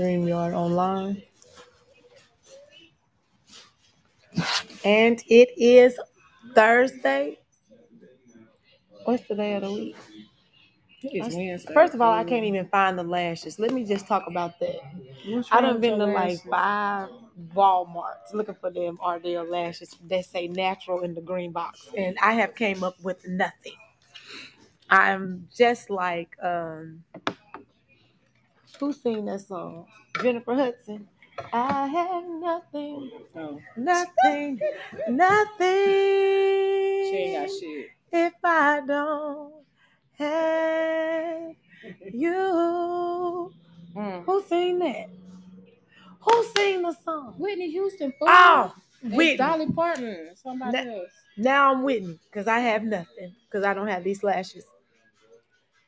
StreamYard online. And it is Thursday. What's the day of the week? think it's That's- Wednesday. First of all, I can't even find the lashes. Let me just talk about that. What's I wrong done with your been to like lashes? five Walmarts looking for them Ardell lashes that say natural in the green box. And I have came up with nothing. I'm just like, um, who sing that song? Jennifer Hudson. I have nothing, Oh, nothing, she ain't got nothing. shit. if I don't have you. Mm. Who sing that? Who sing the song? Whitney Houston, fool. Oh, It's Whitney. Dolly Parton. Somebody Na- else. Now I'm Whitney because I have nothing because I don't have these lashes.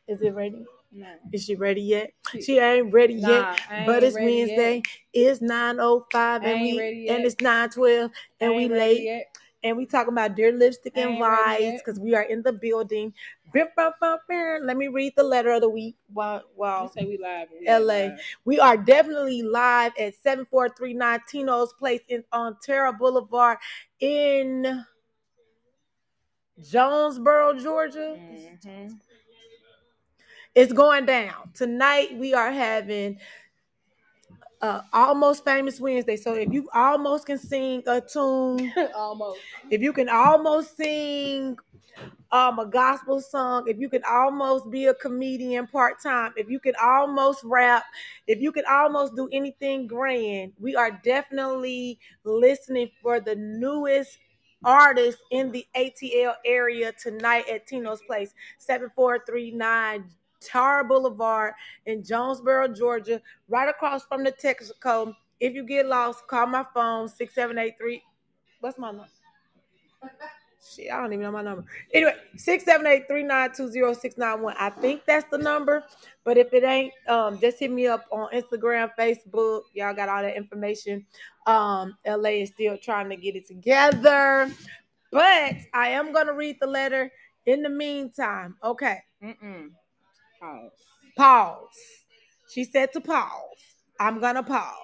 Is it ready? No. Is she ready yet? She- She ain't ready yet, Nah, I but ain't it's ready Wednesday. yet. It's 9.05 I and ain't we ready and yet. it's 9.12 I and we ain't ready late. yet. and we talking about dear lipstick I and ain't ready vibes yet. because we are in the building. Bip, bop, bop, bop. Let me read the letter of the week. Wow, You wow. say we live. and We ain't LA. live. We are definitely live at 7439 Tino's Place in on Terra Boulevard in Jonesboro, Georgia. Mm-hmm. It's going down. Tonight we are having uh, almost famous Wednesday. So if you almost can sing a tune, Almost. if you can almost sing um, a gospel song, if you can almost be a comedian part time, if you can almost rap, if you can almost do anything grand, we are definitely listening for the newest artist in the ATL area tonight at Tino's Place, 7439 Tara Boulevard in Jonesboro, Georgia, right across from the Texaco. If you get lost, call my phone, 6783. What's my number? Shit, I don't even know my number. Anyway, 678-392-0691. I think that's the number. But if it ain't, um, just hit me up on Instagram, Facebook. Y'all got all that information. Um, LA is still trying to get it together. But I am gonna read the letter in the meantime. Okay, Mm-mm. Pause. pause. She said to pause. I'm gonna pause.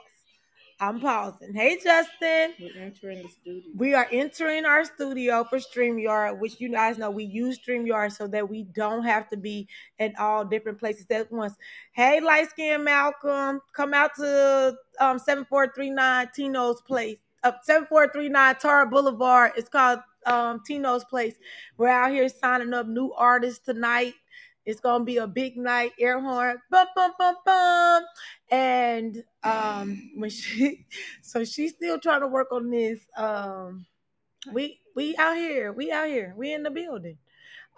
I'm pausing. Hey Justin. We're entering the studio. We are entering our studio for StreamYard, which you guys know we use StreamYard so that we don't have to be in all different places at once. Hey, light skin Malcolm, come out to um, 7439 Tino's Place, uh, 7439 Tara Boulevard. It's called um, Tino's Place. We're out here signing up new artists tonight. It's gonna be a big night, air horn, bum bum bum bum, and um, when she so she's still trying to work on this. Um, we we out here, we out here, we in the building.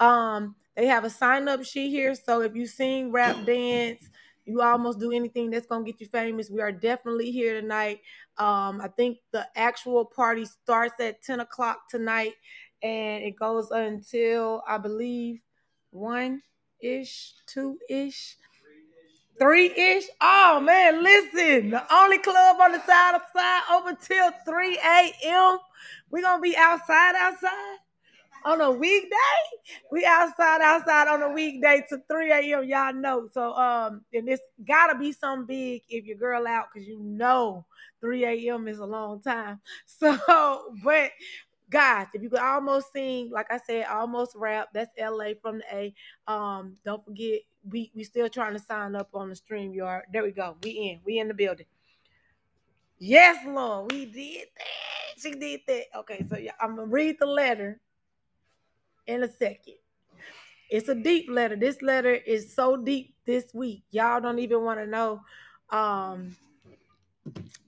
Um, they have a sign up sheet here, so if you sing, rap, dance, you almost do anything that's gonna get you famous. We are definitely here tonight. Um, I think the actual party starts at ten o'clock tonight, and it goes until I believe one ish, two ish three ish. Oh man, listen, the only club on the side of side open till 3 a.m. We're gonna be outside, outside on a weekday. We outside, outside on a weekday to 3 a.m. Y'all know. So um, and it's gotta be something big if your girl out, cause you know 3 a.m. is a long time. So, but guys, if you could almost sing, like I said, almost rap, that's LA from the A. Um, don't forget, we we still trying to sign up on the stream yard. There we go. We in. We in the building. Yes, Lord, we did that. She did that. Okay, so yeah, I'm gonna read the letter in a second. It's a deep letter. This letter is so deep this week. Y'all don't even want to know. Um,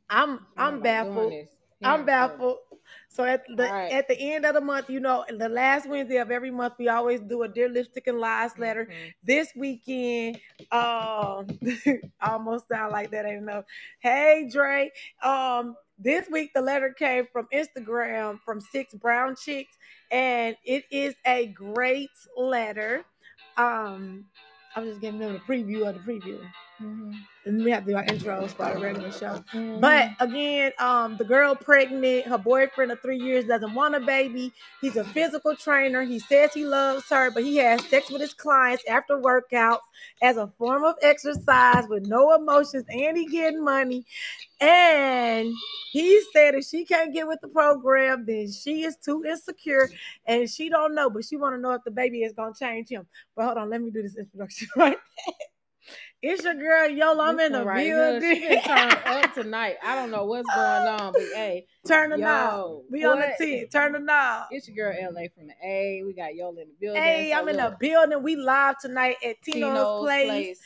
I'm Ain't I'm nobody doing baffled. this. I'm Yeah, so. baffled. So at All the right. at the end of the month, you know, the last Wednesday of every month, we always do a dear lipstick and lies letter. Mhm. This weekend, um, almost sound like that ain't enough. Hey Dre, um, this week the letter came from Instagram from six brown chicks, and it is a great letter. Um, I'm just giving them a preview of the preview. Mhm. And we have to do our intros for our regular show. Mm-hmm. But again, um, the girl pregnant, her boyfriend of three years doesn't want a baby. He's a physical trainer. He says he loves her, but he has sex with his clients after workouts as a form of exercise with no emotions, and he getting money. And he said if she can't get with the program, then she is too insecure and she don't know, but she want to know if the baby is gonna change him. But hold on, let me do this introduction right. It's your girl Yola. I'm This in one the right here, She building. been turned up tonight. I don't know what's going on, but hey, Turn the knob. yo, We on the what? ten. Turn the knob. It's your girl LA from the A. We got Yola in the building. Hey, So I'm in the look, building. We live tonight at Tino's, Tino's Place, place.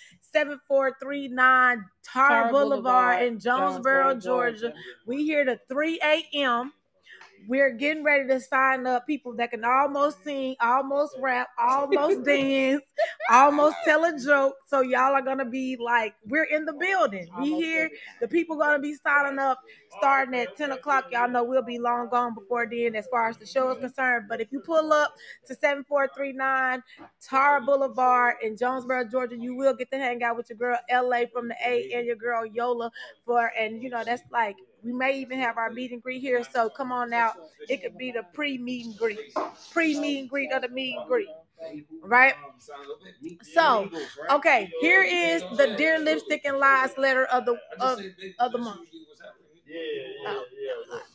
7439 Tar, Tar Boulevard, Boulevard, in Jonesboro, Georgia. We here to 3 a.m. We're getting ready to sign up people that can almost sing, almost rap, almost dance, almost tell a joke. So y'all are gonna be like, we're in the building. We Almost here. every- The people gonna be signing up starting at 10 o'clock. Y'all know we'll be long gone before then as far as the show is concerned. But if you pull up to 7439 Tara Boulevard in Jonesboro, Georgia, you will get to hang out with your girl LA from the A and your girl Yola for and you know that's like we may even have our meet and greet here. So come on out. It could be the pre meet and greet, pre meet and greet or the meet and greet, right? So, okay, here is the Dear Lipstick and Lies letter of the of of the month. Yeah, yeah,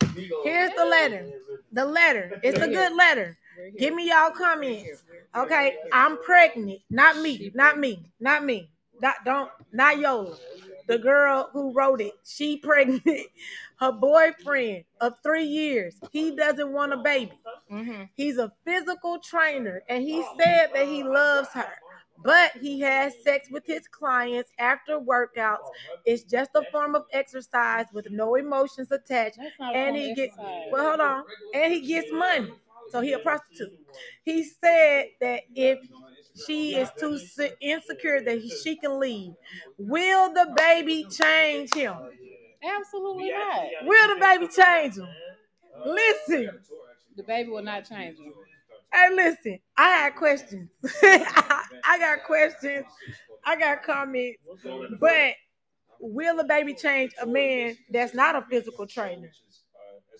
yeah. Here's the letter. The letter. It's a good letter. We're here. Give me y'all comments. Okay, I'm pregnant. Not me. Not me. Not me. Not don't not Yola. The girl who wrote it. She pregnant. Her boyfriend of three years. He doesn't want a baby. Mhm. He's a physical trainer and he said that he loves her, but he has sex with his clients after workouts. It's just a form of exercise with no emotions attached. That's not And on he gets- exercise. Well, hold on. And he gets money. So he a prostitute. He said that if Uh, she is too se- insecure that he- she can leave, will the baby change him? Absolutely not. Will the baby change him? Listen. The baby will not change him. Hey, listen. I had questions. I I got questions. I got comments. But will the baby change a man that's not a physical trainer? Uh,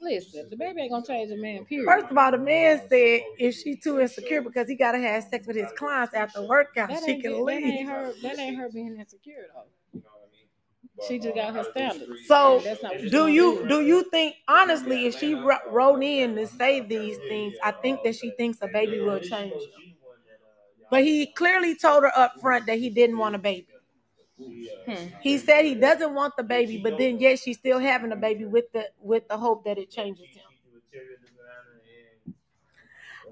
Listen, the baby ain't gonna change a man. Period. First of all, the man said if she too insecure because he gotta have sex with his clients after workout, that she ain't, can that ain't leave. her. That ain't her being insecure though. She just got her standards. So, That's not what Do you do you think honestly if she ro- wrote in to say these things, I think that she thinks a baby will change. But he clearly told her up front that he didn't want a baby. Hmm. He said he doesn't want the baby, but then yet she's still having a baby with the with the hope that it changes him.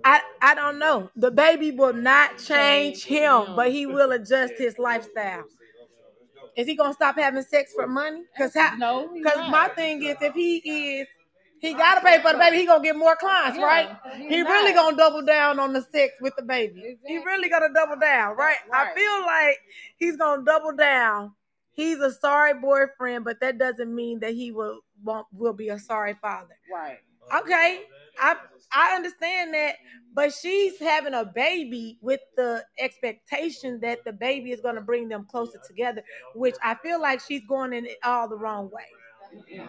I, I don't know. The baby will not change him, but he will adjust his lifestyle. Is he gonna stop having sex for money? Cause how, no, he's cause not. my thing is if he is he gotta pay for the baby, he gonna get more clients, Yeah, right? he's He not. really gonna double down on the sex with the baby. He Exactly. really gonna double down, right? I Right. feel like he's gonna double down. He's a sorry boyfriend, but that doesn't mean that he will won't, will be a sorry father. right. Okay, I I understand that, but she's having a baby with the expectation that the baby is gonna bring them closer together, which I feel like she's going in it all the wrong way.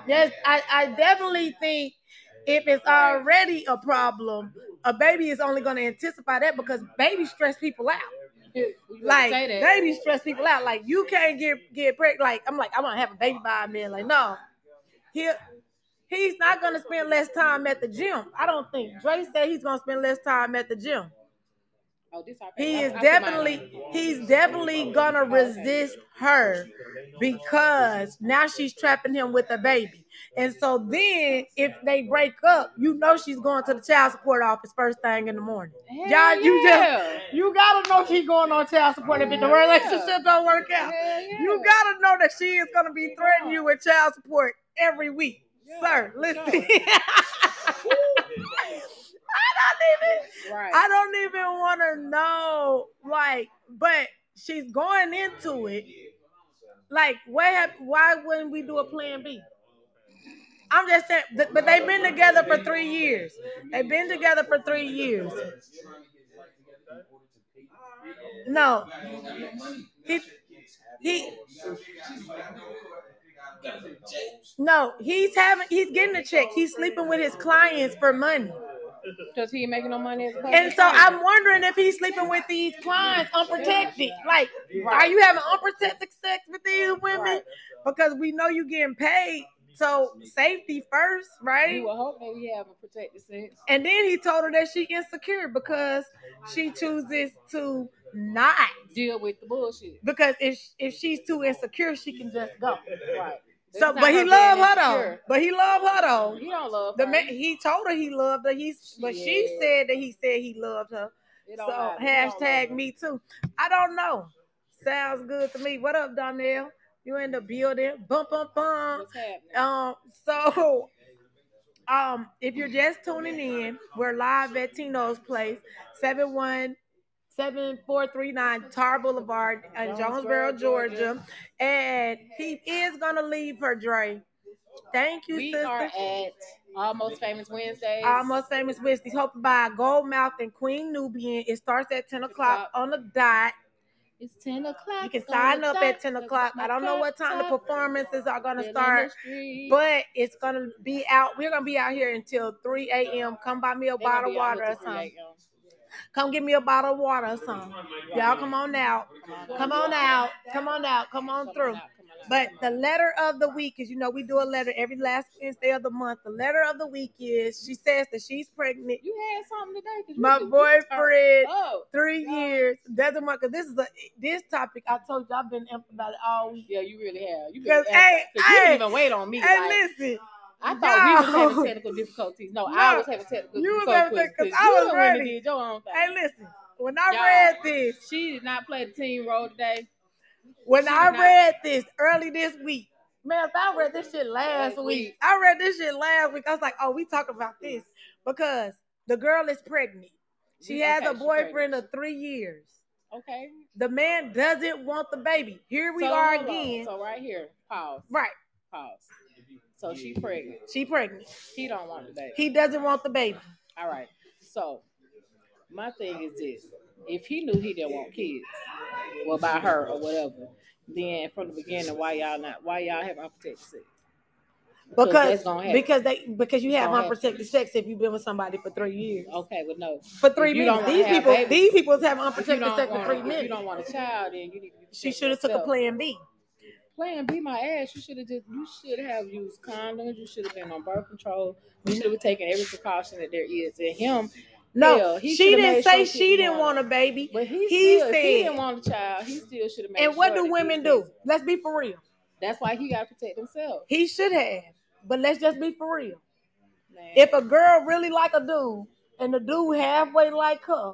Yes, I, I definitely think if it's already a problem, a baby is only going to anticipate that because babies stress people out. You gotta Like say that. babies stress people out. Like you can't get get pregnant. Like I'm like I want to have a baby by a man. Like no, he he's not going to spend less time at the gym. I don't think Dre said he's going to spend less time at the gym. Oh, this our- He I- is I put mine definitely on. he's definitely going to resist her because now she's trapping him with a baby. And so then if they break up, you know she's going to the child support office first thing in the morning. Hell Y'all, you yeah. You gotta know she's going on child support Oh, if the relationship don't work out. Hell yeah. You gotta know that she is gonna be threatening you with child support every week. Sir, listen. I don't even Right. I don't even wanna know like but she's going into it like, what? Have, why wouldn't we do a plan B? I'm just saying, th- but they've been together for three years. They've been together for three years. No, he, He no, he's having he's getting a check. He's sleeping with his clients for money. Because he ain't making no money as a public And so figure. I'm wondering if he's sleeping with these clients unprotected. Like, are you having unprotected sex with these women? Because we know you getting paid. So safety first, We right? will hope that we have a protected sex. And then he told her that she insecure because she chooses to not. Deal with the bullshit. Because if if she's too insecure, she can just go. Right. This So, is not but he being love her though. insecure. But he love her though. You don't love The her. man, he told her he loved her. He, but she Shit. said that he said he loved her. It don't So matter. You don't love hashtag her. me too. I don't know. Sounds good to me. What up, Donnell? You in the building? Bum bum bum. What's happening? Um. So, um, if you're just tuning in, we're live at Tino's place, seven one seven four three nine Tar Boulevard in Jonesboro, Jonesboro, Georgia, and he is gonna leave her, Dre. Thank you, we sister. are at Almost Famous Wednesdays. Almost Famous Wednesdays, hosted by Goldmouth and Queen Nubian. It starts at 10 o'clock o'clock. on the dot. It's 10 o'clock. You can sign up at 10 o'clock. I don't know what time the performances are going to start, but it's going to be out. We're going to be out here until 3 a.m. Come buy me a bottle of water or something. Come get me a bottle of water or something. Y'all come on out. Come on out. Come on out. Come on through. But the letter of the week is, you know, we do a letter every last Wednesday of the month. The letter of the week is she says that she's pregnant. You had something today. 'cause you My was- you was boyfriend, turned up. three years, doesn't matter. Cause this is a this topic. I told you I've been amped about it all week. Yeah, you really have. You, Cause been, hey, you didn't hey, even wait on me. hey, like, listen, I thought we no. was having technical difficulties. No, I No, was having technical you was having difficulties. tech- 'cause because I you was the one that ready. did your own thing. hey, listen. When I Y'all. read this, She did not play the team role today. when She I not- read this early this week, man, if I read this shit last Last week, week. I read this shit last week. I was like, oh, we talking about this because the girl is pregnant. She Okay, has a she pregnant. boyfriend of three years. Okay. The man doesn't want the baby. Here we So, are hold on. again. So right here, pause, Right. pause. So she pregnant. She pregnant. He don't want the baby. He doesn't want the baby. All right. So my thing is this: if he knew he didn't want kids, well, by her or whatever, then from the beginning, why y'all not? Why y'all have unprotected sex? Because that's gonna happen. because they because you have Gonna happen. unprotected sex if you've been with somebody for three years. Okay, well, no. For three If you don't minutes. wanna These have people babies- these people have If you, unprotected don't sex for three want, if you minutes. don't want a child, then you need to. be She protected should have took a yourself. plan B. Plan B, my ass. You should have just. You should have used condoms. You should have been on birth control. You should have taken every precaution that there is. And him, No, Hell, he she shoulda didn't made say sure she she didn't didn't want want a baby. but he, He still, if he said- didn't want a child. He still should have made. And what sure do that women he do? was- Let's be for real. That's why he got to protect himself. He should have. But let's just be for real. Man. If a girl really like a dude and the dude halfway like her,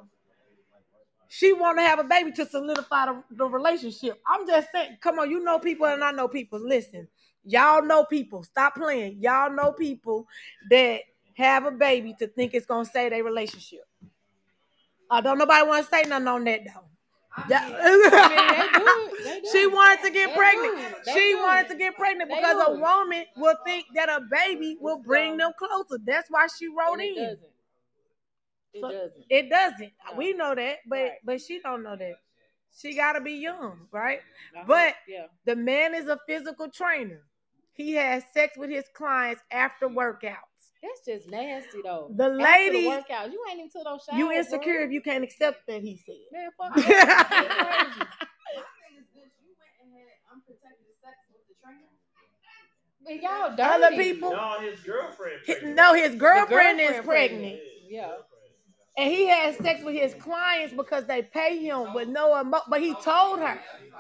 she want to have a baby to solidify the, the relationship. I'm just saying, come on, you know people and I know people. Listen, y'all know people. Stop playing. Y'all know people that have a baby to think it's gonna save their relationship. I don't nobody want to say nothing on that though. I mean, they do it. They do she it. wanted to They get do. pregnant. They She do. wanted to get pregnant They because a do. woman will think that a baby will bring them closer. That's why she wrote And It in. doesn't. It So- doesn't. It doesn't. No. We know that, but Right. but she don't know that. She gotta be young, right? I hope- but- yeah, The man is a physical trainer. He has sex with his clients after workouts. that's just nasty though. The After lady- the workout, you ain't even took those showers. You bro. insecure if you can't accept that, he said. Man, fuck. that. That's crazy. Oh, But y'all dirty. Other people, No, his girlfriend. hi- pregnant. no, his girlfriend, girlfriend is pregnant. pregnant. Yeah. and he has sex with his clients because they pay him with no emo- but he told her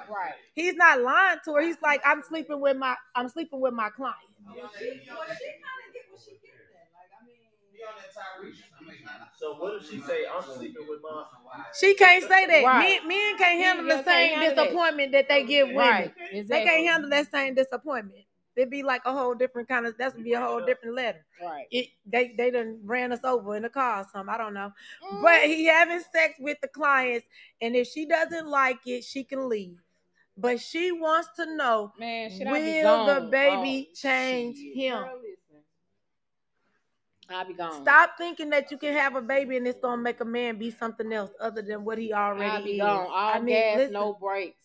Right. he's not lying to her he's like i'm sleeping with my i'm sleeping with my client So what if she say I'm sleeping with my? she can't say that Right. men, men can't handle Men the just can't same handle that. disappointment that. they give women Right. they Exactly. can't handle that same disappointment it'd be like a whole different kind of that's be a whole different letter Right. it they they done ran us over in the car or something i don't know Mm. but he having sex with the clients and if she doesn't like it she can leave but she wants to know man, should I be Will gone? the baby Oh, change shit. him? Girl, listen. I'll be gone. Stop thinking that you can have a baby and it's gonna make a man be something else other than what he already I'll be is. gone. All I mean, gas, listen, no brakes.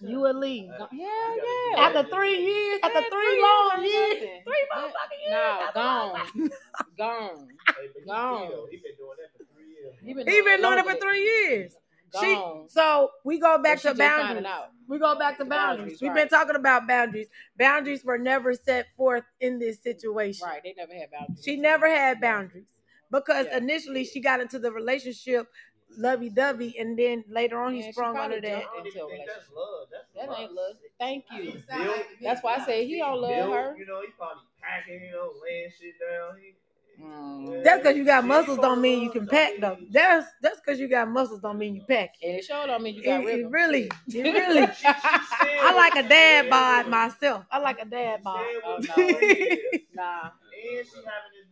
You a leave. Yeah, yeah. After three years, after Yeah, three long years or years. nothing. Three Yeah. motherfucking years. No, that's all gone, I- gone. Hey, but he Gone. still- he been doing that for three years. He He been doing it for loaded. three years. Gone. She so we go back to She just finding boundaries. out. We go back to boundaries. Boundaries, We've right. been talking about boundaries. Boundaries were never set forth in this situation. Right, they never had boundaries. She never had boundaries because Yeah. initially she got into the relationship lovey dovey, and then later on Yeah, he she sprung probably under that. I don't even Into a think that's relationship. love. That's That ain't lust. love. Thank you. Bill- That's why I said he don't love Bill, her. You know, he probably packing, you know, laying shit down. He, Mm. Yeah, That's because you got she muscles don't don't mean you love, can don't pack mean- though. That's that's because you got muscles don't mean you pack. And it showed on me you It, got it rhythm. really, it really. She- she said- I like a dad Yeah, bod yeah. myself. I like a She dad said bod. what Oh, she no. said. Nah, And she having this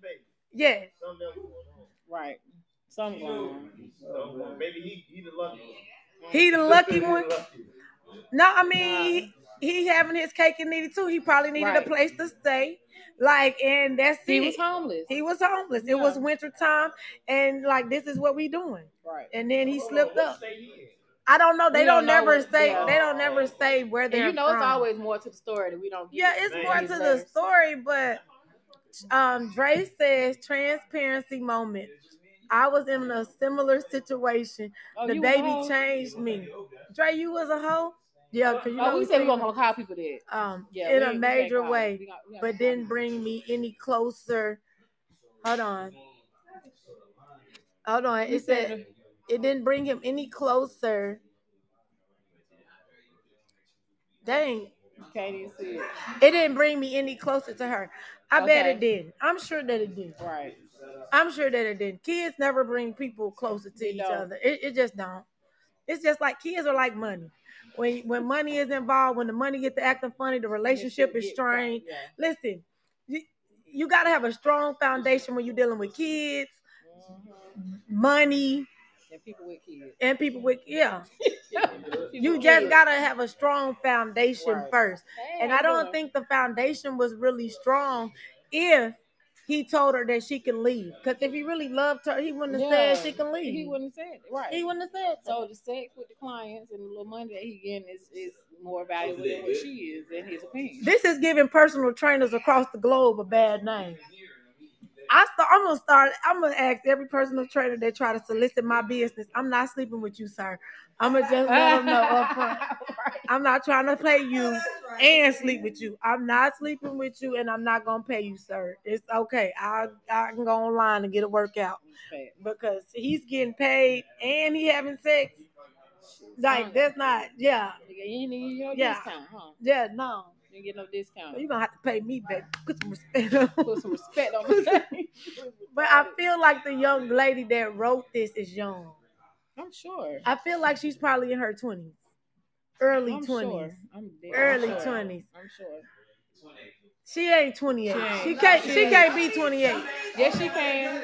baby. Yeah, Something else going on. right. Some She gone. knew. So, well, maybe he, he the lucky one. he the lucky one. Lucky one. No, I mean he, he having his cake and eat it too. He probably needed Right. a place to stay, like, and that's He it. was homeless. He was homeless. It was Yeah. winter time, and like this is what we doing. right. And then he Hold on, slipped what up. state he in? I don't know. They We don't, don't know never what- say. yeah. They don't never say where And they're. you know it's from. always more to the story that we don't get. Yeah, it's Man. more to the story, but um, Dre says transparency moment. I was in a similar situation. Oh, the you baby wrong? changed me. Dre, you was a hoe. Yeah, 'cause you know Oh, we we said we think, gonna call people that. um Yeah, in we- a we major ain't call- way, we got- we got- but didn't bring me any closer. Hold on. Hold on. You It said it didn't bring him any closer. Dang, you can't even see it. it didn't bring me any closer to her. I bet Okay. it did. I'm sure that it did. Right. I'm sure that it didn't. Kids never bring people closer to They each don't. other. It, it just don't. It's just like kids are like money. When when money is involved, when the money gets to acting funny, the relationship is Get- strained. Yeah. Listen, you, you got to have a strong foundation when you're dealing with kids, Mhm. money, And people with kids. and people with yeah. People You with just kids. got to have a strong foundation Right. first. Hey, And how I don't you think the foundation was really strong if he told her that she can leave. Because if he really loved her, he wouldn't doing? have Yeah. said she can leave. He wouldn't have said it. Right. He wouldn't have said so. So the sex with the clients and the little money that he getting is, is more valuable than what she is in his opinion. This is giving personal trainers across the globe a bad name. I st- I'm gonna start. I'm gonna ask every personal trainer that try to solicit my business. I'm not sleeping with you, sir. I'm gonna just let them know up front. I'm not trying to pay you and sleep with you. I'm not sleeping with you, and I'm not gonna pay you, sir. It's okay. I I can go online and get a workout Fact. because he's getting paid and he having sex. Like that's not. Yeah, Nigga, You ain't even get no Yeah. discount, huh? yeah, no. You ain't get no discount. You gonna have to pay me back. Put some respect on. Put some respect on me. But I feel like the young lady that wrote this is young. I'm sure. I feel like she's probably in her twenties, early I'm twenties. Sure. I'm dead. Early I'm sure. 20s. I'm sure. She ain't twenty She eight. ain't. She can't. She She ain't. can't be twenty eight. Yes, she can.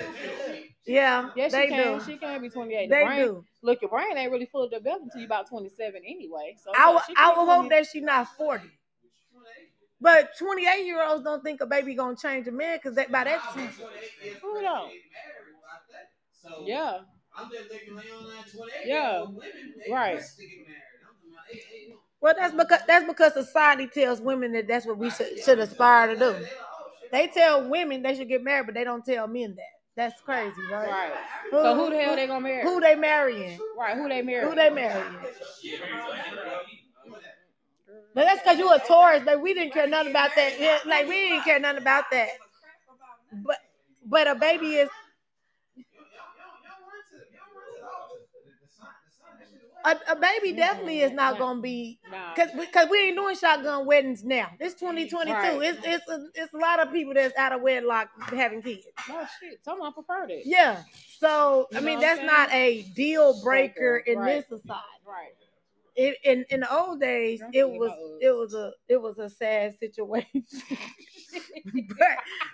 Yeah, Yes, they she can. do. She can be 28. The they brain, do. Look, your brain ain't really fully developed until you about 27 anyway. So I yeah, would. she I can would be hope that she not forty. But twenty eight year olds don't think a baby gonna change a man because by that time, Who don't? Yeah. Yeah. Right. well, that's because that's because society tells women that that's what we should should aspire to do. They tell women they should get married, but they don't tell men that. That's crazy, right? Right. So who the hell they gonna marry? Who they marrying? right. Who they marry? Who they marrying? But that's because you a Taurus, but we didn't care nothing about that. Yeah, Like we didn't care nothing about that. But but a baby is a, a baby definitely is not gonna be Nah. because because we ain't doing shotgun weddings now. It's 2022. Right. It's it's a, it's a lot of people that's out of wedlock having kids. No shit. Someone preferred it. Yeah. So You I know mean what I'm that's not a deal breaker in Right. this society. Right. it, in in the old days, Don't it forget was about Uggs. it was a it was a sad situation, but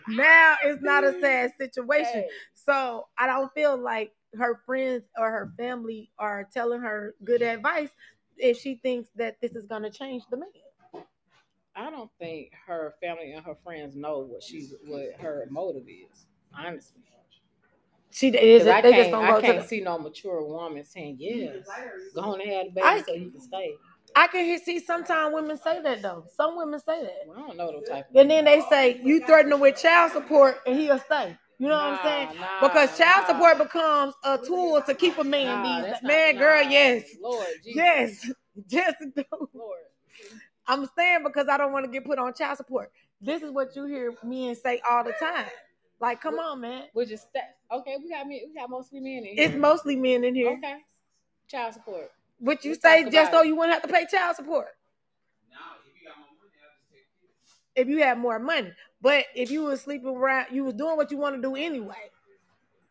now it's not a sad situation. Hey, So I don't feel like her friends or her family are telling her good advice if she thinks that this is going to change the man. I don't think her family and her friends know what she's what her motive is. Honestly, She is 'Cause I they just can't, don't I go to can't the. see no mature woman saying, "Yeah, go on and have a baby I- so you can stay." I can hear, see sometimes women say that though. Some women say that. Well, I don't know them type. of And then they say you threaten him with child support and he'll stay. You know what I'm Nah, saying? nah, Because child nah. support becomes a tool to keep a man Nah, these that's not- man, nah. girl, yes. Lord, Jesus, Yes. Yes. it do. Lord. I'm staying because I don't want to get put on child support. This is what you hear men say all the time. Like, come on, man. We're just that. Okay, we got me. We got mostly men in here. It's mostly men in here. okay. Child support. But you Let's say talk just so about it. you wouldn't have to pay child support. If you had more money, but if you was sleeping around, you was doing what you want to do anyway,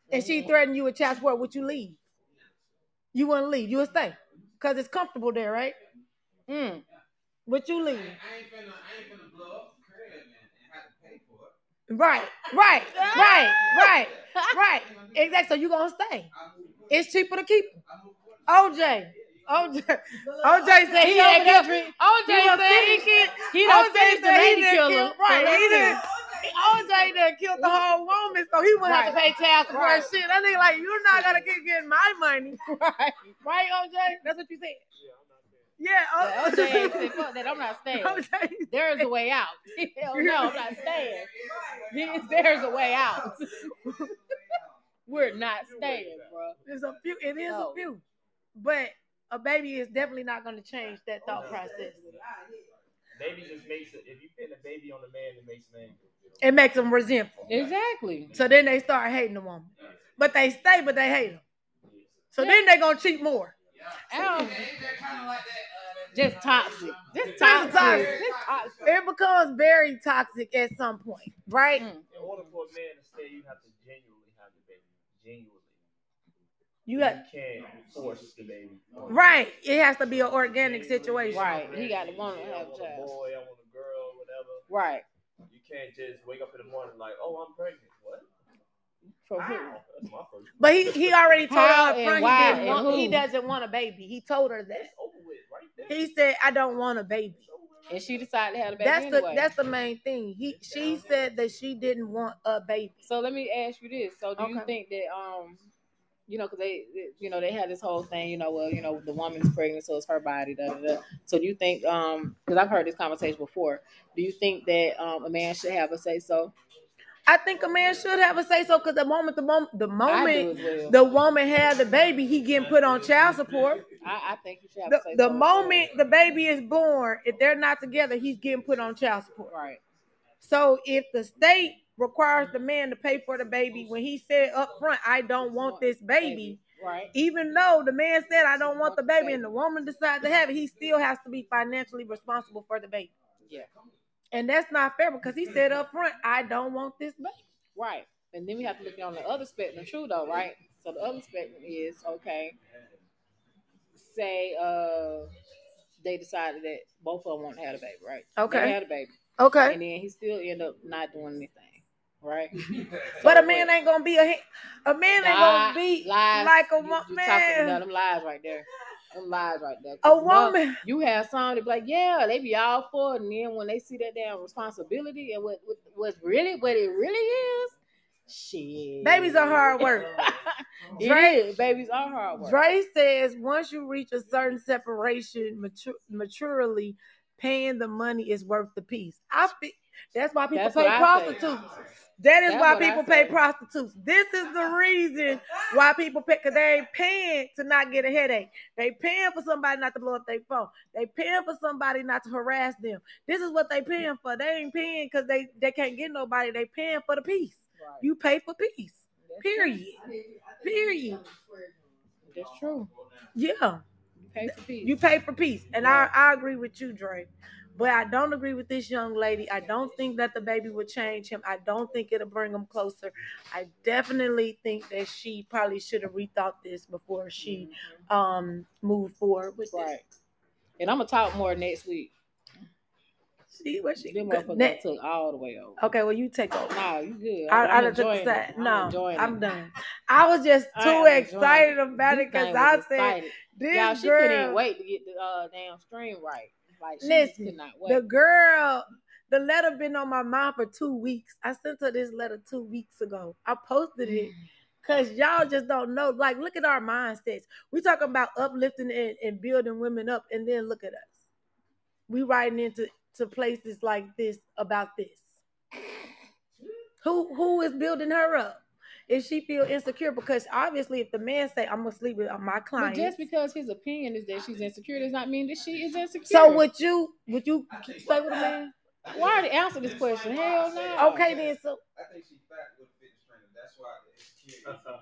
and she Mhm. threatened you with child support, would you leave? You wouldn't leave. You would stay because it's comfortable there, right? Mm. Would you leave? Right. Right, right, right, right, right. Exactly. So you gonna stay? It's cheaper to keep. OJ, OJ, OJ said he over ain't there guilty. drink- OJ He done said finished it. he done OJ finished the said he lady done killer. killed- So Right. that's he it. done- OJ done killed the whole woman, so he wouldn't have to pay child support Right. shit. That nigga like, you're not gonna keep getting my money. Right. Right, OJ? That's what you said. Yeah, oh, But OJ ain't said, OJ. fuck that. I'm not staying. OJ. There is a way out. Hell no, I'm not staying. There- There's a way out. We're not staying, bro. There's a few. It is No. a few, but a baby is definitely not going to change that thought Oh, process. Baby just makes it. If you pin a baby on a man, it makes man. It makes them resentful. Exactly. So then they start hating the woman, but they stay, but they hate them. So then they gonna cheat more. Um, Ow. Just toxic. Just Just toxic. toxic. Just toxic. It becomes very toxic at some point, right? Mm. In order for a man to stay, you have to genuinely have the baby. Genuinely. You got can't force the baby. right. It has to be an organic situation. Right. He gotta wanna have I want child. a boy. I want a girl. Whatever. Right. You can't just wake up in the morning like, oh, I'm pregnant. What? From Oh, who? Wow, That's my first. But he, he already told her How up and front why he, didn't and want, he who? doesn't want a baby. He told her that. It's over with right there. He said, "I don't want a baby." And she decided to have a baby That's the anyway. that's the main thing. He she said that she didn't want a baby. So let me ask you this: So do you Okay. think that um, you know, because they, they- you know, they had this whole thing, you know, well, you know, the woman's pregnant, so it's her body. Da, da, da. So do you think um, because I've heard this conversation before, do you think that um, a man should have a say so? I think a man should have a say so because the moment the moment the I do moment as well. the woman had the baby, he getting put on child support. I, I think you should have The, a say so. the as well. moment the baby is born, if they're not together, he's getting put on child support. right? So if the state requires the man to pay for the baby when he said up front, I don't want this baby, right? even though the man said I don't want the baby and the woman decides to have it, he still has to be financially responsible for the baby. Yeah, And that's not fair because he said up front, I don't want this baby. right. And then we have to look on the other spectrum, too, though, right? So the other spectrum is okay. Say uh, they decided that both of them want to have a baby, right? Okay. they had a baby. Okay. and then he still end up not doing anything, right? But a man ain't gonna be a he- a man ain't gonna be lies. like a You- wo- you man. Talking about them lies right there. Them lies right there. 'Cause a one- woman. you have some that be like, yeah, they be all for it, and then when they see that damn responsibility and what what what's really what it really is, shit. Babies are hard work. It Dre- is. Babies are hard work. Dre says once you reach a certain separation mature, maturely, paying the money is worth the piece. I fe- that's why people That's pay what I say. prostitutes. That is That's why what I people pay say. prostitutes. This is the reason why people pay because they ain't paying to not get a headache. They paying for somebody not to blow up their phone. They paying for somebody not to harass them. This is what they paying for. They ain't paying because they, they can't get nobody. They paying for the peace. Right. You pay for peace. That's- Period. Period. That's true. Yeah. You pay for peace. You pay for peace. And Yeah. I, I agree with you, Dre. But I don't agree with this young lady. I don't think that the baby will change him. I don't think it'll bring him closer. I definitely think that she probably should have rethought this before she um moved forward with Mm-hmm. right. And I'm gonna talk more next week. this. See what she Them good. motherfuckers next. took all the way over. Okay, well you take over. Nah, you good. I, I I'm done took enjoying the side. it. No, I'm I'm, enjoying it. done. I was just I am too enjoying excited it. about it This thing because I was said exciting. this y'all, she girl. couldn't wait to get the uh, damn stream right. Like she just Listen, could not wait. The girl, the Mm. letter been on my mind for two weeks. I sent her this letter two weeks ago. I posted it Cause y'all just don't know. Like, look at our mindsets. We talking about uplifting and, and building women up, and then look at us. We riding into to places like this about this. Who who is building her up? If she feel insecure, because obviously, if the man say I'm gonna sleep with my But client, just because his opinion is that she's insecure does not mean that she is insecure. so would you would you I tell you stay what, with a man? I Why think- already answered this that's question. why Hell I said- no. Okay, then so I think she fat with a fit trainer. That's why it's cute. Uh-huh.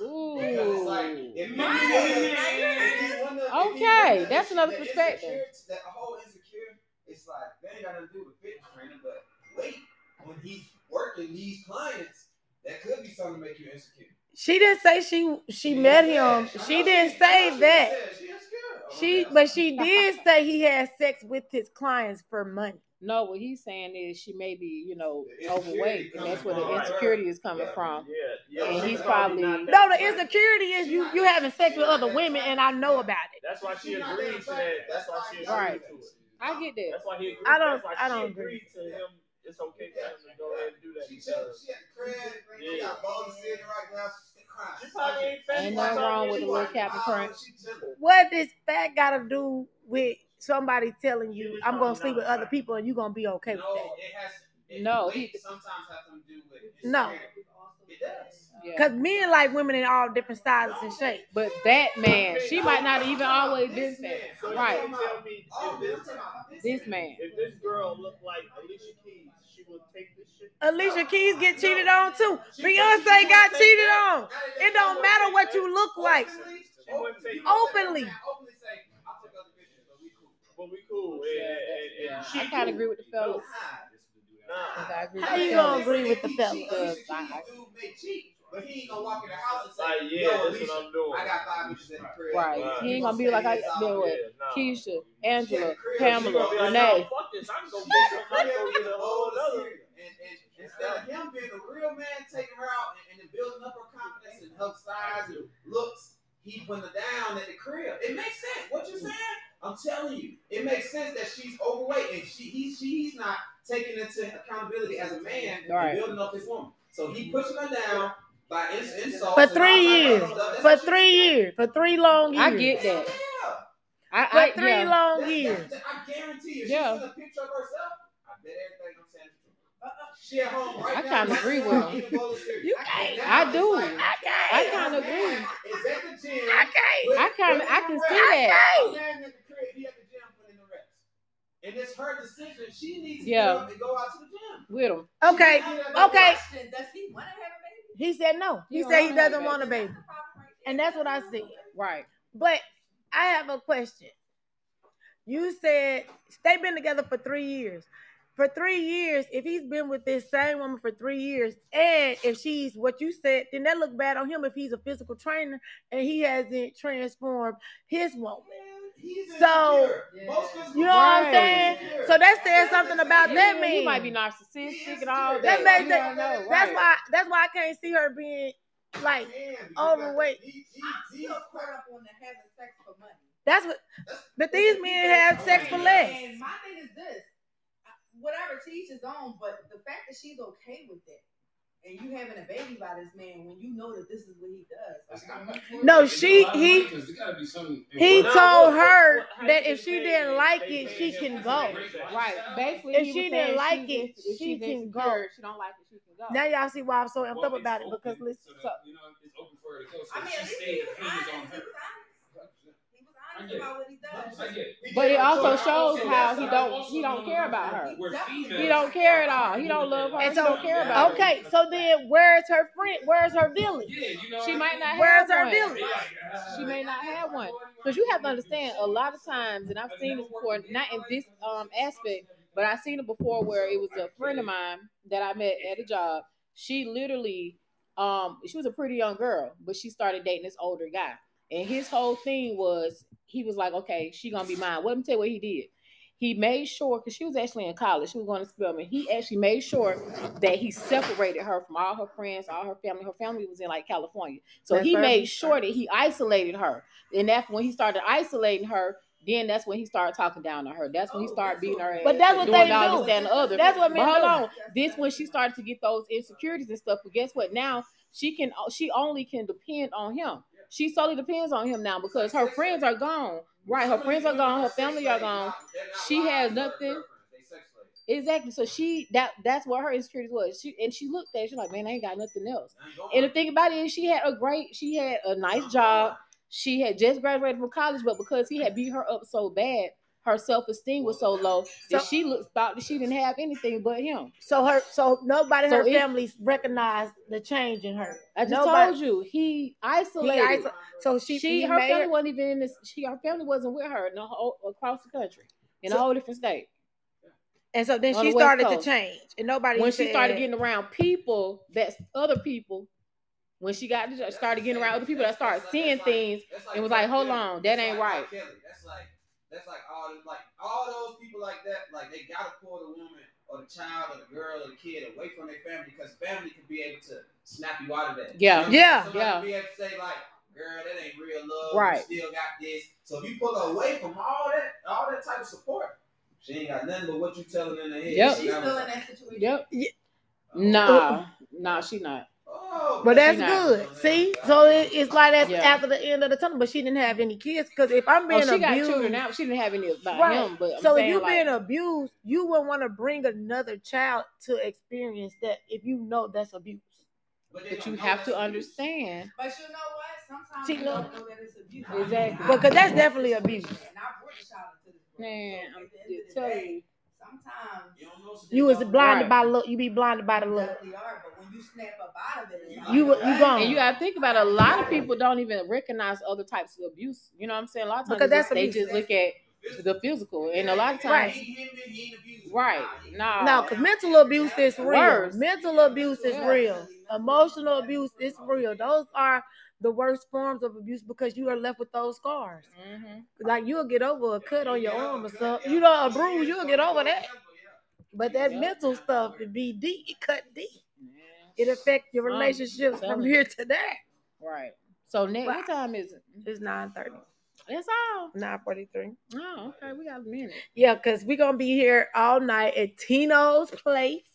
Ooh. Because it's like, if you Right. wanna- if you wanna- Okay, if you that's wanna- another the perspective. insecure- That whole insecure, it's like, they ain't got nothing to do with fitness training, but wait, when he's working these clients, that could be something to make you insecure. she didn't say she she met him. She didn't say that. She but she did say he had sex with his clients for money. No, what he's saying is she may be, you know, The insecurity overweight, and coming that's where the from her. insecurity is coming Yeah. Yeah, from. yeah. And she's he's probably- not that No, the type. insecurity is you you having sex with other women, and I know about it. That's why she agreed to that. That's why she agreed Right. to it. I get that. That's why he agreed. I don't- That's why I she don't agreed to him. It's okay for him to go ahead and do that. She chilling. She at the crib. She got balls sitting right now. She's crying. She probably ain't finished. Ain't nothing wrong with She a little watching Capricorn. Miles. She chilling. What does fat got to do with somebody telling you I'm gonna sleep with other people and you gonna be okay with No, that? it has. It No, weight he- sometimes has something to do with it. No. It does. uh, Yeah. Cause men like women in all different sizes and shapes. But Oh, that man, she might not even always this man. So Right. you tell me Oh, if this this, This man. if this girl looked like Alicia Keys, she would take this shit. Alicia Keys get cheated on too. Beyonce got cheated on. It don't matter what you look like. Openly. Openly say, I'll take other pictures, but we cool. But we cool. Yeah, Yeah, that- and, yeah. and she I kind cool. of agree with the No, fellas. Nah. I agree How with you the gonna fellas. agree with the fellas? Because I, may cheat, but he ain't gonna walk in the house and say, Like, yeah, Yo, that's Alicia, what I'm doing. I got five bitches in the crib. Right. Right. He ain't gonna be like I did yeah, with nah. Keisha, Angela, She gonna She Pamela, gonna be like, no, Renee. fuck this. I'm gonna go get some. I'm gonna get a whole other. And, and instead of him being a real man, taking her out and, and then building up her confidence and her size and looks, he putting her down at the crib. It makes sense. What you saying? I'm telling you, it makes sense that she's overweight and she he, she's not taking into accountability as a man Right. and building up his woman. So he pushing her down by ins- insults For and all three that years. other stuff. That's For what she- three years. For three long years. I get Yeah. that. I, For I three yeah. long That's- years. that's- I guarantee you, Yeah. she sent a picture of herself. I bet everything I'm saying is true. Uh, She at home right I now. kinda right agree now, with him. eating a bowl of cereal. You And can't. now I it's do. like, I hey, can't. I kinda my man Is at the gym. I can't. with- I kinda- with I can no see reps. that. My man at the crib, he at the gym putting in the reps. And it's her decision. She needs to Yeah. get up and go out to the gym. With him. Okay. She ain't got no Okay. reps. Does he want to have a baby? He said no. He You don't said he wanna have a doesn't want a baby. baby. And that's what I said. Right. But I have a question. You said they've been together for three years. For three years, if he's been with this same woman for three years, and if she's what you said, then that look bad on him if he's a physical trainer and he hasn't transformed his woman. Man, he's So- insecure. Most of us- You know what I'm Right. saying? So that says something about Yeah, that He man. might be narcissistic and all That that. makes You it- don't know. That's right. why. That's why I can't see her being like. overweight. He, he, I'm he, still caught up on the having sex for money. That's what. But these men have sex for less. And my thing is this: whatever teach is on, but the fact that she's okay with it, and you having a baby by this man when you know that this is what he does. No, she- he- He Well, now, told what- her what- how that you if she paying didn't him? like They it, she paying can go. him for that. Right. Basically, If he was she didn't saying like she's it, ins- if she she's can insecure, She don't like it. She can go. Now y'all see why I'm so amped up about it because listen. so- you know, it's open for her to go. So I mean, she at least stayed. he was The pain is honest. on He her. I get was honest. He was honest it. about what he does. I get it. But it also shows So how that's he what don't- I'm also he don't doing care with about her. her. We're He females. He don't care at all. He don't love her. And he so- don't care about her. Okay, so then where's her friend? Where's her village? Yeah, you know. She what I might mean? not Where's her have one. village? She may not have one. Because you have to understand, a lot of times, and I've seen this before, not in this um aspect, but I've seen it before where it was a friend of mine that I met at a job. She literally, um, she was a pretty young girl, but she started dating this older guy, and his whole thing was he was like, okay, she gonna be mine. Well, let me tell you what he did. He made sure because she was actually in college, she was going to Spelman. He actually made sure that he separated her from all her friends, all her family. Her family was in like California, so That's he her. made sure that he isolated her. And that's when he started isolating her, Then that's when he started talking down to her. That's when he Oh, started that's beating her what- ass. But that's what doing they do. all This, that, and the other. That's what But men hold do. on. This when she started to get those insecurities and stuff. But guess what? Now she can. She only can depend on him. She solely depends on him now because her friends are gone. Right. Her friends are gone. Her family are gone. She has nothing. Exactly. So she that that's what her insecurities was. She and she looked at. it, She like, man, I ain't got nothing else. And the thing about it is, she had a great. She had a nice job. She had just graduated from college, but because he had beat her up so bad, her self esteem was so low that So- she looked thought that she didn't have anything but him. So her, so nobody in So her it- family recognized the change in her. I just Nobody- told you he He isolated. iso- so she, she, he her made family her- wasn't even in this. She her family wasn't with her in the whole across the country in a So- whole different state. and so then on she the West started to Coast. change, and nobody. when she said- started getting around people that's other people, when she got started getting around other people that started seeing things, and was like, hold on, that ain't right. That's like that's like all the- like all those people like that. Like they gotta pull the woman or the child or the girl or the kid away from their family because family can be able to snap you out of that. Yeah. You know what I'm saying? Yeah. Somebody Yeah. can Be able to say like, girl, that ain't real love. Right. You still got this. So if you pull her away from all that, all that type of support, she ain't got nothing but what you telling her in the head. Yep. She's still in that situation. yep. Oh. Nah, nah, she not. Oh, But that's She good. See, so it, it's like that's Yeah. after the end of the tunnel. But she didn't have any kids because if I'm being oh, she abused, got children now. She didn't have any about Right. him, but I'm so if saying, you're like, being abused, you wouldn't want to bring another child to experience that if you know that's abuse. they that don't you know have that's to abuse. understand. But you know what? Sometimes See, you look. don't know that it's abuse. Exactly. I- Because that's definitely abuse. And I brought the child into this world. Man, So, I'm at the end of the telling day, you. Sometimes You don't know some You was shit. blinded Right. by look. You be blinded by the look. definitely are, but when you snap up out of it, it's like, You wa- you dang. gone. And you gotta think about it, a lot of people don't even recognize other types of abuse. You know what I'm saying? A lot of times Because they just- that's they abuse. just look at the physical, and a lot of Right. times, He hit me, he ain't abused me. right? Nah, No, because mental abuse is real. Worse. Mental abuse is Yeah. real. Emotional abuse is real. Those are the worst forms of abuse because you are left with those scars. Mhm. Like you'll get over a cut on your Yeah, arm or yeah, something. yeah. You know, a bruise, you'll get over that. Yeah. But that Yeah. mental stuff it be deep. It cut deep. Yeah. It affect your Right. relationships from Telling here to there. Right. So next, Wow. what time is it? It's 930, That's all. 943. Oh, okay. We got a minute. Yeah, because we're going to be here all night at Tino's place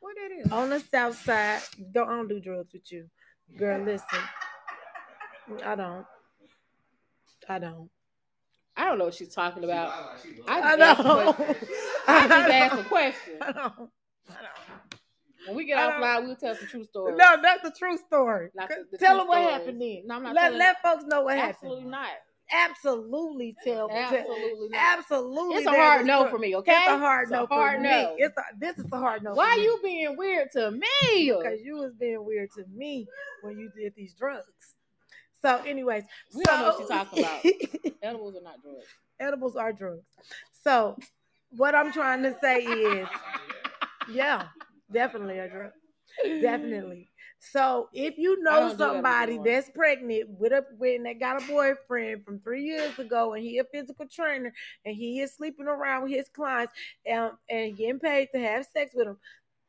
What that is? on the south side. Don't, I don't do drugs with you. Girl, listen. I don't. I don't. I don't know what she's talking about. I I just know. asked a question. I just asked a question. I don't. I When we get I don't- offline, we'll tell some true don't. stories. No, that's the true story. Like the- the tell true them what stories. happened then. No, I'm not let, telling- let folks know what absolutely happened. not. Absolutely tell. tell- Absolutely not. Absolutely. It's a there's hard no story. for me. Okay. It's a hard It's a no hard for no. me. It's a, this is a hard no. Why for me. you being weird to me? Because you was being weird to me when you did these drugs. So, anyways, We don't know what so- she's talking about. Edibles are not drugs. edibles are drugs. So, what I'm trying to say is, yeah, definitely a drug. Definitely. So if you I don't know do that somebody anymore. that's pregnant with a when that got a boyfriend from three years ago and he a physical trainer and he is sleeping around with his clients and, and getting paid to have sex with him,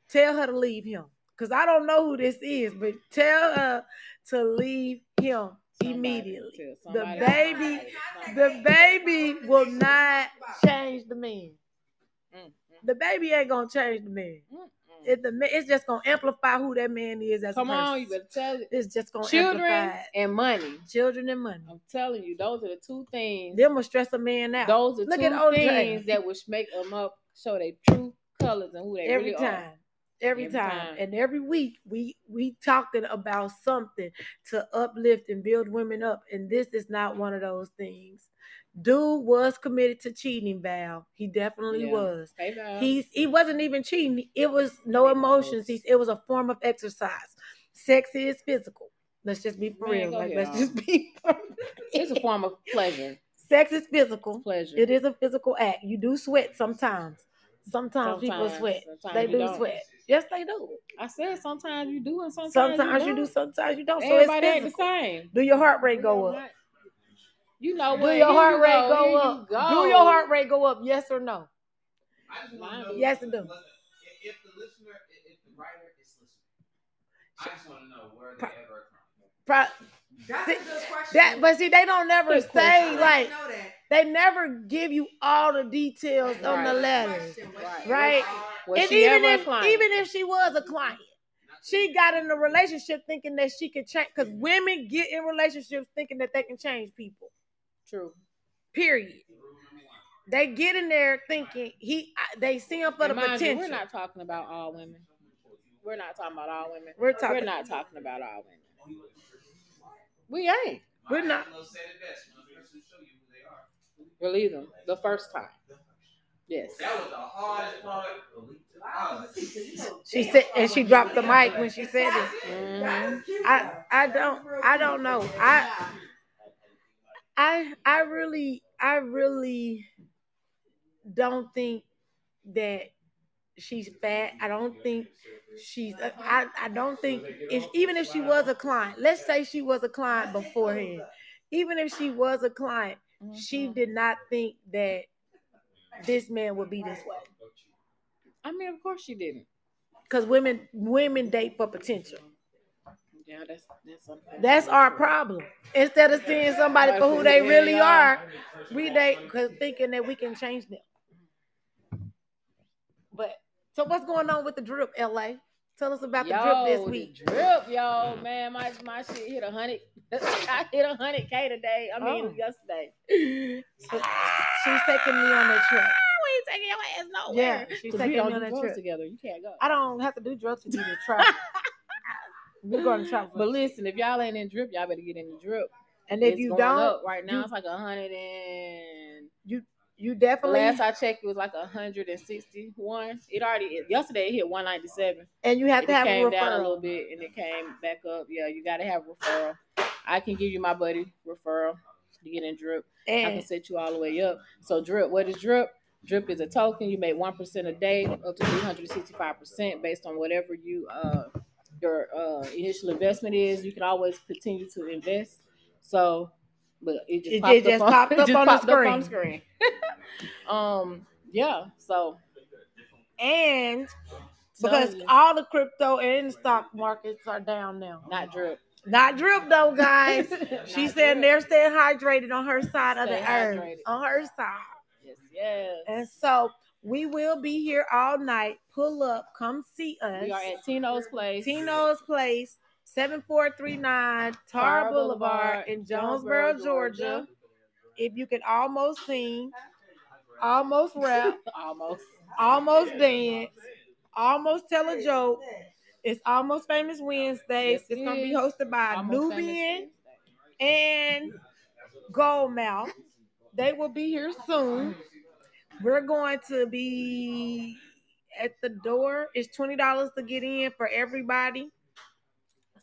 tell her to leave him. Cause I don't know who this is, but tell her to leave him Somebody immediately. tell The somebody. baby- Somebody. The baby will not change the man. Mm, mm, The baby ain't gonna change the man. mm, mm. It, the, ma- it's just gonna amplify who that man is as Come a person. on, you better tell it. It's just gonna Children amplify it. and money. children and money. I'm telling you, those are the two things. Them will stress a man out Those are Look two at old Jay. things that would make them up, show their true colors and who they every really time. are. Every, Every time. time. and every week we we talking about something to uplift and build women up, and this is not one of those things. Dude was committed to cheating, Val. He definitely Yeah. was. Hey, Val. He's he wasn't even cheating. It was no emotions. He's, it was a form of exercise. Sex is physical. Let's just be for Man, real. go Like ahead, let's Autumn. just be. for it's a real. form of pleasure. Sex is physical. Pleasure. It is a physical act. You do sweat sometimes. Sometimes, people sweat. sometimes They you do don't. sweat. Yes, they do. I said sometimes you do and sometimes, Sometimes, you, you do, don't. sometimes you don't. So it's Everybody ain't the physical. same. Do your heart rate We go are up? not- You know Do what? your Here heart you rate go Here up? you Do go. your heart rate go up? Yes or no? I just want to know. Yes, it do. whether- If the listener, if the writer is listening, I just want to know where they ever come. Pro- That's See, a good question. That, but see, they don't never Mm-hmm. Good I say didn't like know that. they never give you all the details on the Right. letter. Question, was she Right. hard? Was and she even ever a if client? even if she was a client, she got in a relationship thinking that she could change. Because women get in relationships thinking that they can change people. true, Period. They get in there thinking he. I- They see him for And the mind you, potential. we're not talking about all women. We're not talking about all women. We're talking- We're not talking about all women. We ain't We're not- said it best. When a person show you who they are. believe them the first time. Yes. That was the hardest part. Wow, you see, 'cause you know, She damn, said, I and she wouldn't dropped do the that. mic when she said it. That Mhm. was I cute, though. I That was don't real I cute. don't know. I Yeah. I I really I really don't think that she's fat. I don't think she's uh, I I don't think if even if she was a client, let's say she was a client beforehand. Even if she was a client, she Mhm. did not think that this man would be this way. I mean, of course she didn't. Cuz women women date for potential. Yeah, that's that's unfortunate. That's our problem. Instead of seeing somebody for who they really are, we they cause thinking that we can change them. But so what's going on with the drip, LA? Tell us about the Yo, drip this the week. drip, yo, man, my my shit hit a hundred. I hit a hundred k today. I mean, Oh. yesterday. So she's taking me on that trip. We ain't taking your ass Yeah, nowhere. she's 'Cause we taking me don't on do that drugs trip. together. You can't go. I don't have to do drugs with you to travel. We're going to travel. But listen, if y'all ain't in drip, y'all better get in the drip. and if It's you going don't, up right now you- it's like a hundred and. you The definitely last I checked, it was like a hundred and sixty-one. It already yesterday it hit one ninety-seven. and you have it to have a came down a referral. little bit and it came back up. Yeah, you gotta have referral. I can give you my buddy referral to get in drip. I can And set you all the way up. So drip, what is drip? Drip is a token. You make one percent a day, up to three hundred sixty-five percent, based on whatever you uh your uh initial investment is. You can always continue to invest. So, but it just It- popped, it just up, popped on, up on the screen. um, yeah. So and because telling you, all the crypto and stock markets are down now. not drip. Not drip though, guys. She Not said drip. they're staying hydrated on her side of Stay the earth. hydrated. On her side. Yes, yes. And so we will be here all night. Pull up, come see us. we are at Tino's place. Tino's Place, 7439 Tar Boulevard Tara Boulevard in Jonesboro, Jonesboro, Georgia. Georgia. If you can almost sing, almost rap, almost. almost dance, almost tell a joke. It's almost famous Wednesdays. Yes, it's it gonna be is. hosted by Almost famous Nubian Wednesday. and Goldmouth. They will be here soon. We're going to be at the door. It's twenty dollars to get in for everybody.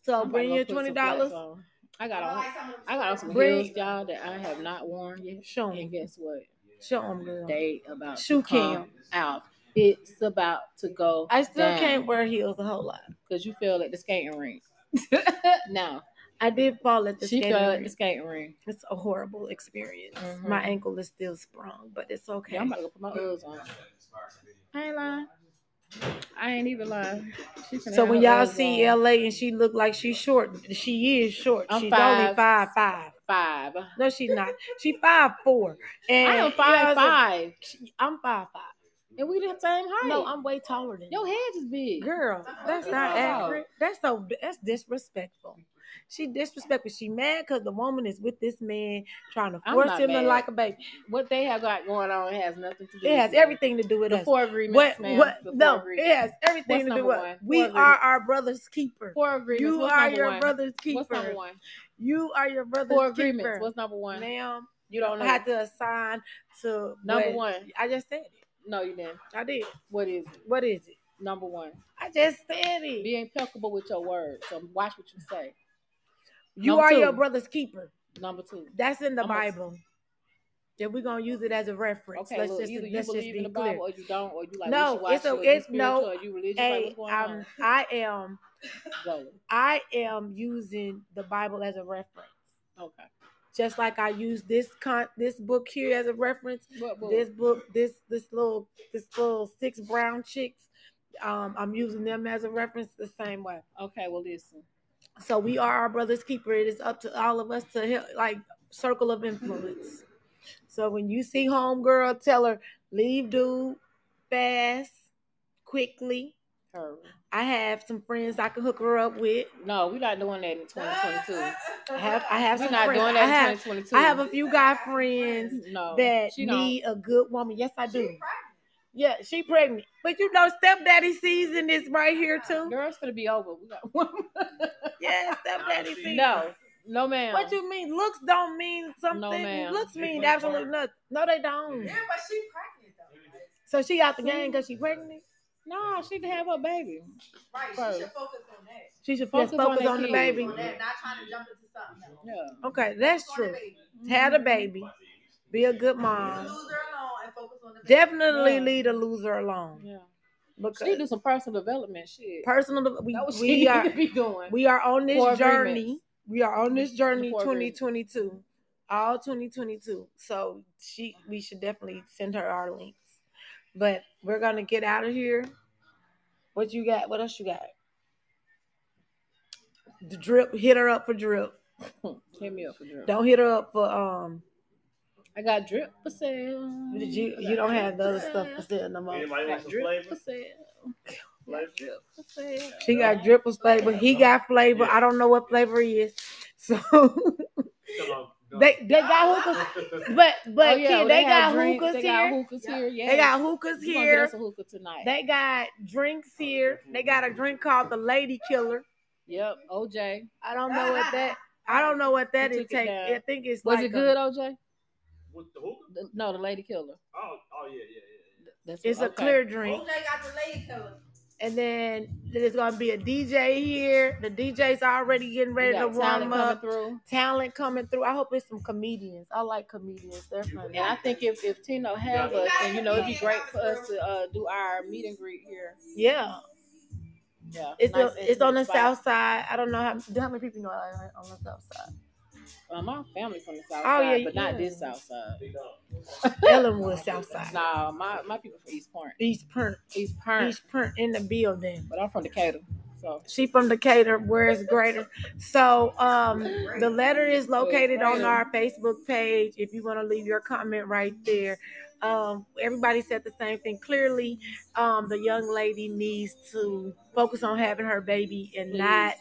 So I'm about to bring go your put some twenty dollars. flats on. I got I on. like some of them I got on some Bring- heels, y'all, that I have not worn yet. Show 'em. And guess what? Show them, girl. They about Shoe to come cam. out. It's about to go. I still down. can't wear heels a whole lot. because you fell at the skating rink. no, I did fall at the she skating fell at rink. the skating rink. It's a horrible experience. Mhm. My ankle is still sprung, but it's okay. Yeah, I'm about to go put my Uggs on. I ain't lying. I ain't even lying. She finna So have when her y'all Uggs see on. LA and she look like she's short, she is short. I'm she's only five- five five. five, I No, she's not. She five four. And am y'all five said- five, She- I'm five five. and we the same height. No, I'm way taller than your you. head is big. Girl, that's What not you talking accurate. That's so that's disrespectful. She disrespectful. She mad because the woman is with this man trying to I'm force not him to mad. like a baby. What they have got going on has nothing to do. It has with everything to do with The us. forgery, What? ma'am. What? The No, forgery. it has everything What's to do number with. one? We Forgery. are our brother's keeper. Four agreements. You What's are number your one? brother's What's number keeper. one? You are your brother's Four keeper. agreements. What's number one? Ma'am, You don't know. I had to assign to number what- one. I just said it. No, you didn't. I did. What is it? What is it? Number one. I just said it. Be impeccable with your words. So watch what you say. you number are your two. brother's keeper. Number two. That's in the Number s- Bible. Then we're gonna use it as a reference. Okay, let's look, just either you let's just believe in be the clear. Bible or you don't, or you like No, wishy-washy, it's a- or you it's- no. spiritual, or you religious. like, Hey, what's going um, on? I am Go. I am using the Bible as a reference. Okay. Just like I use this con this book here as a reference. What book? This book, this this little this little six brown chicks. Um, I'm using them as a reference the same way. Okay, well listen. So we are our brother's keeper. It is up to all of us to help, like circle of influence. So when you see homegirl, tell her leave dude fast, quickly. Her. I have some friends I can hook her up with. No, we're not doing that in 2022. I have I have We're some not friends. doing I that have in 2022. I have a few guy friends no, that she don't. need a good woman. Yes, I She do. pregnant. Yeah, she pregnant. But you know, stepdaddy season is right here too. Girl's gonna be over. We got one. Yeah, stepdaddy season. no, no, ma'am. What you mean? Looks don't mean something. ma'am. Looks They mean play absolutely hard. nothing. No, they don't. Yeah, but she pregnant though. Right? So she out the game because she pregnant. No, she can have her baby. Right, she should First. focus on that. She should Focus focus, on focus the on, the kids. baby. On that, not trying to jump into something else. Yeah. Okay, that's Focus on true. the baby. Have a baby. Be a good mom. Lose her alone and focus on the baby. Definitely Yeah. leave the loser alone Yeah. She need to because do some personal development shit. personal. We, That's what she we need are to be doing. we are on this Four journey. agreements. We are on this journey. Four Twenty agreements. twenty two, all twenty twenty two. So she, we should definitely send her our links. But we're gonna get out of here. What you got? What else you got? The drip. Hit her up for drip. Hit me up for drip. Don't hit her up for um. I got drip for sale. oh, Did you you don't have the other stuff for sale no more. Anybody want some drip for flavor? sale. Flavor? Drip for sale. She got dripples flavor. He got flavor. I don't know what flavor he is. So Come on, go. they they got hookahs, but but Oh, yeah, kid, well, they, got had drinks, hookahs they got here. hookahs here. Yeah. They got hookahs We gonna get here. us a hookah tonight. They got drinks here. They got a drink called the Lady Killer. yep. OJ. I don't know what that. I don't know what that You is. took it Take. down. I think it's Was like it a- good, OJ? With the hookah? The- no, the lady killer. Oh, oh yeah, yeah, yeah. That's it's what- a okay. clear drink, OJ got the leg killer. and then there's gonna be a DJ here. The DJ's already getting We ready to got talent warm coming up. through. Talent coming through. I hope it's some comedians. I like comedians. They're funny. And I think if, if Tino have us, and you know, it'd be great for us to uh, do our meet and greet here. Yeah, Yeah, it's nice a, it's on the intimate spot. south side. I don't know how, how many people know I live on the south side. Uh, my family from the south Oh, side, yeah, but not yeah. this south side. Big dog. Ellenwood south side. Nah, my, my people from East Point. East Print, East Point. East Print in the building. But I'm from Decatur, so She from Decatur, where it's greater. So um, the letter is located on our Facebook page. If you want to leave your comment right there, um, everybody said the same thing. Clearly, um, the young lady needs to focus on having her baby and not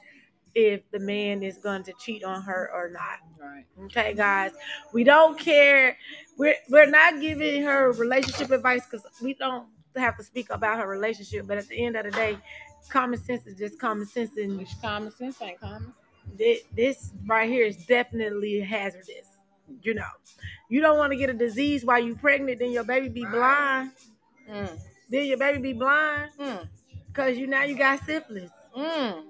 if the man is going to cheat on her or not. all right. Okay, guys, we don't care. We're we're not giving her relationship advice because we don't have to speak about her relationship. But at the end of the day, common sense is just common sense, and Which common sense ain't common. thi- this right here is definitely hazardous. You know, you don't want to get a disease while you pregnant, then your baby be blind. Mm, Then your baby be blind mm, because you now you got syphilis. mm.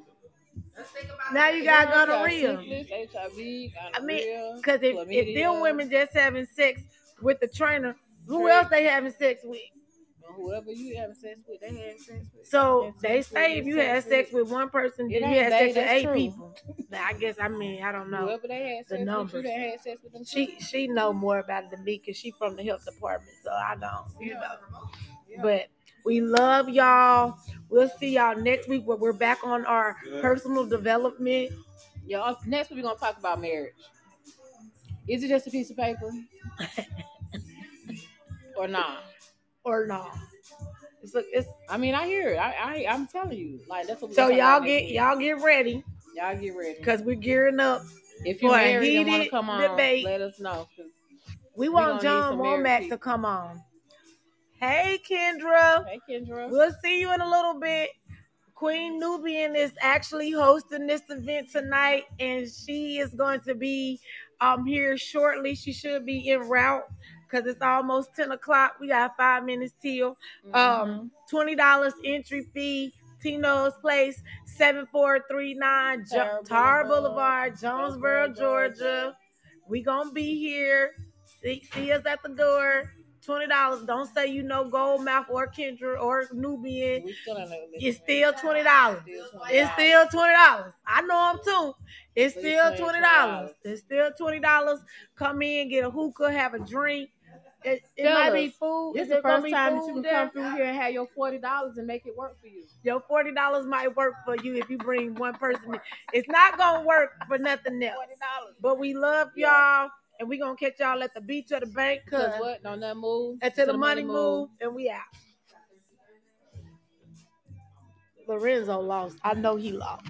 Let's think about Now the you baby. got Yeah, gonorrhea. syphilis, I HIV, mean, gonorrhea. Because if, if them Chlamydia. women just having sex with the trainer, who True. else they having sex with? And whoever you having sex with, they had sex with. So That's they sex say with- if you had sex sex with- with one person, It then you ain't had they, sex with that's eight true. people. I guess I mean I don't know. whoever they had the sex with, you numbers. they had sex with them. She too. she know more about it than me because she from the health department, so I don't. You know. But we love y'all. We'll see y'all next week where we're back on our personal development. Y'all, next we're gonna talk about marriage. Is it just a piece of paper? or nah? Or no, it's, a, it's I mean, I hear it. I, I I'm telling you, like that's what. we so gonna talk y'all about get next y'all get ready week. y'all get ready. because we're gearing up. If you're for a married and want to heated come on, debate. let us know. 'cause- We We want gonna need John some married Womack people. to come on. Hey Kendra. Hey, Kendra. We'll see you in a little bit. Queen Nubian is actually hosting this event tonight, and she is going to be um here shortly. She should be en route because it's almost 10 o'clock. We got five minutes till. Mm-hmm. Um, $20 entry fee. Tino's Place, 7439 Jo- Tara Tara Boulevard, Boulevard, Jonesboro, Jonesboro, Georgia. Georgia. We gonna be here. See, see us at the door. Twenty dollars. Don't say you know Goldmouth or Kendra or Nubian. we still in the It's still twenty dollars. It's $20. still twenty dollars. I know them too. It's Please still pay twenty $20. dollars. It's still twenty dollars. Come in, get a hookah, have a drink. It, it Tell might be us. food. This Is is the it gonna first be time that you food can come there? through here and have your forty dollars and make it work for you. Your forty dollars might work for you if you bring one person. in. It's not gonna work for nothing else. $40. But we love Yeah. y'all, and we gonna catch y'all at the beach or the bank, Cause cause what? Don't nothing move until the money move, and we out. Lorenzo lost. I know he lost.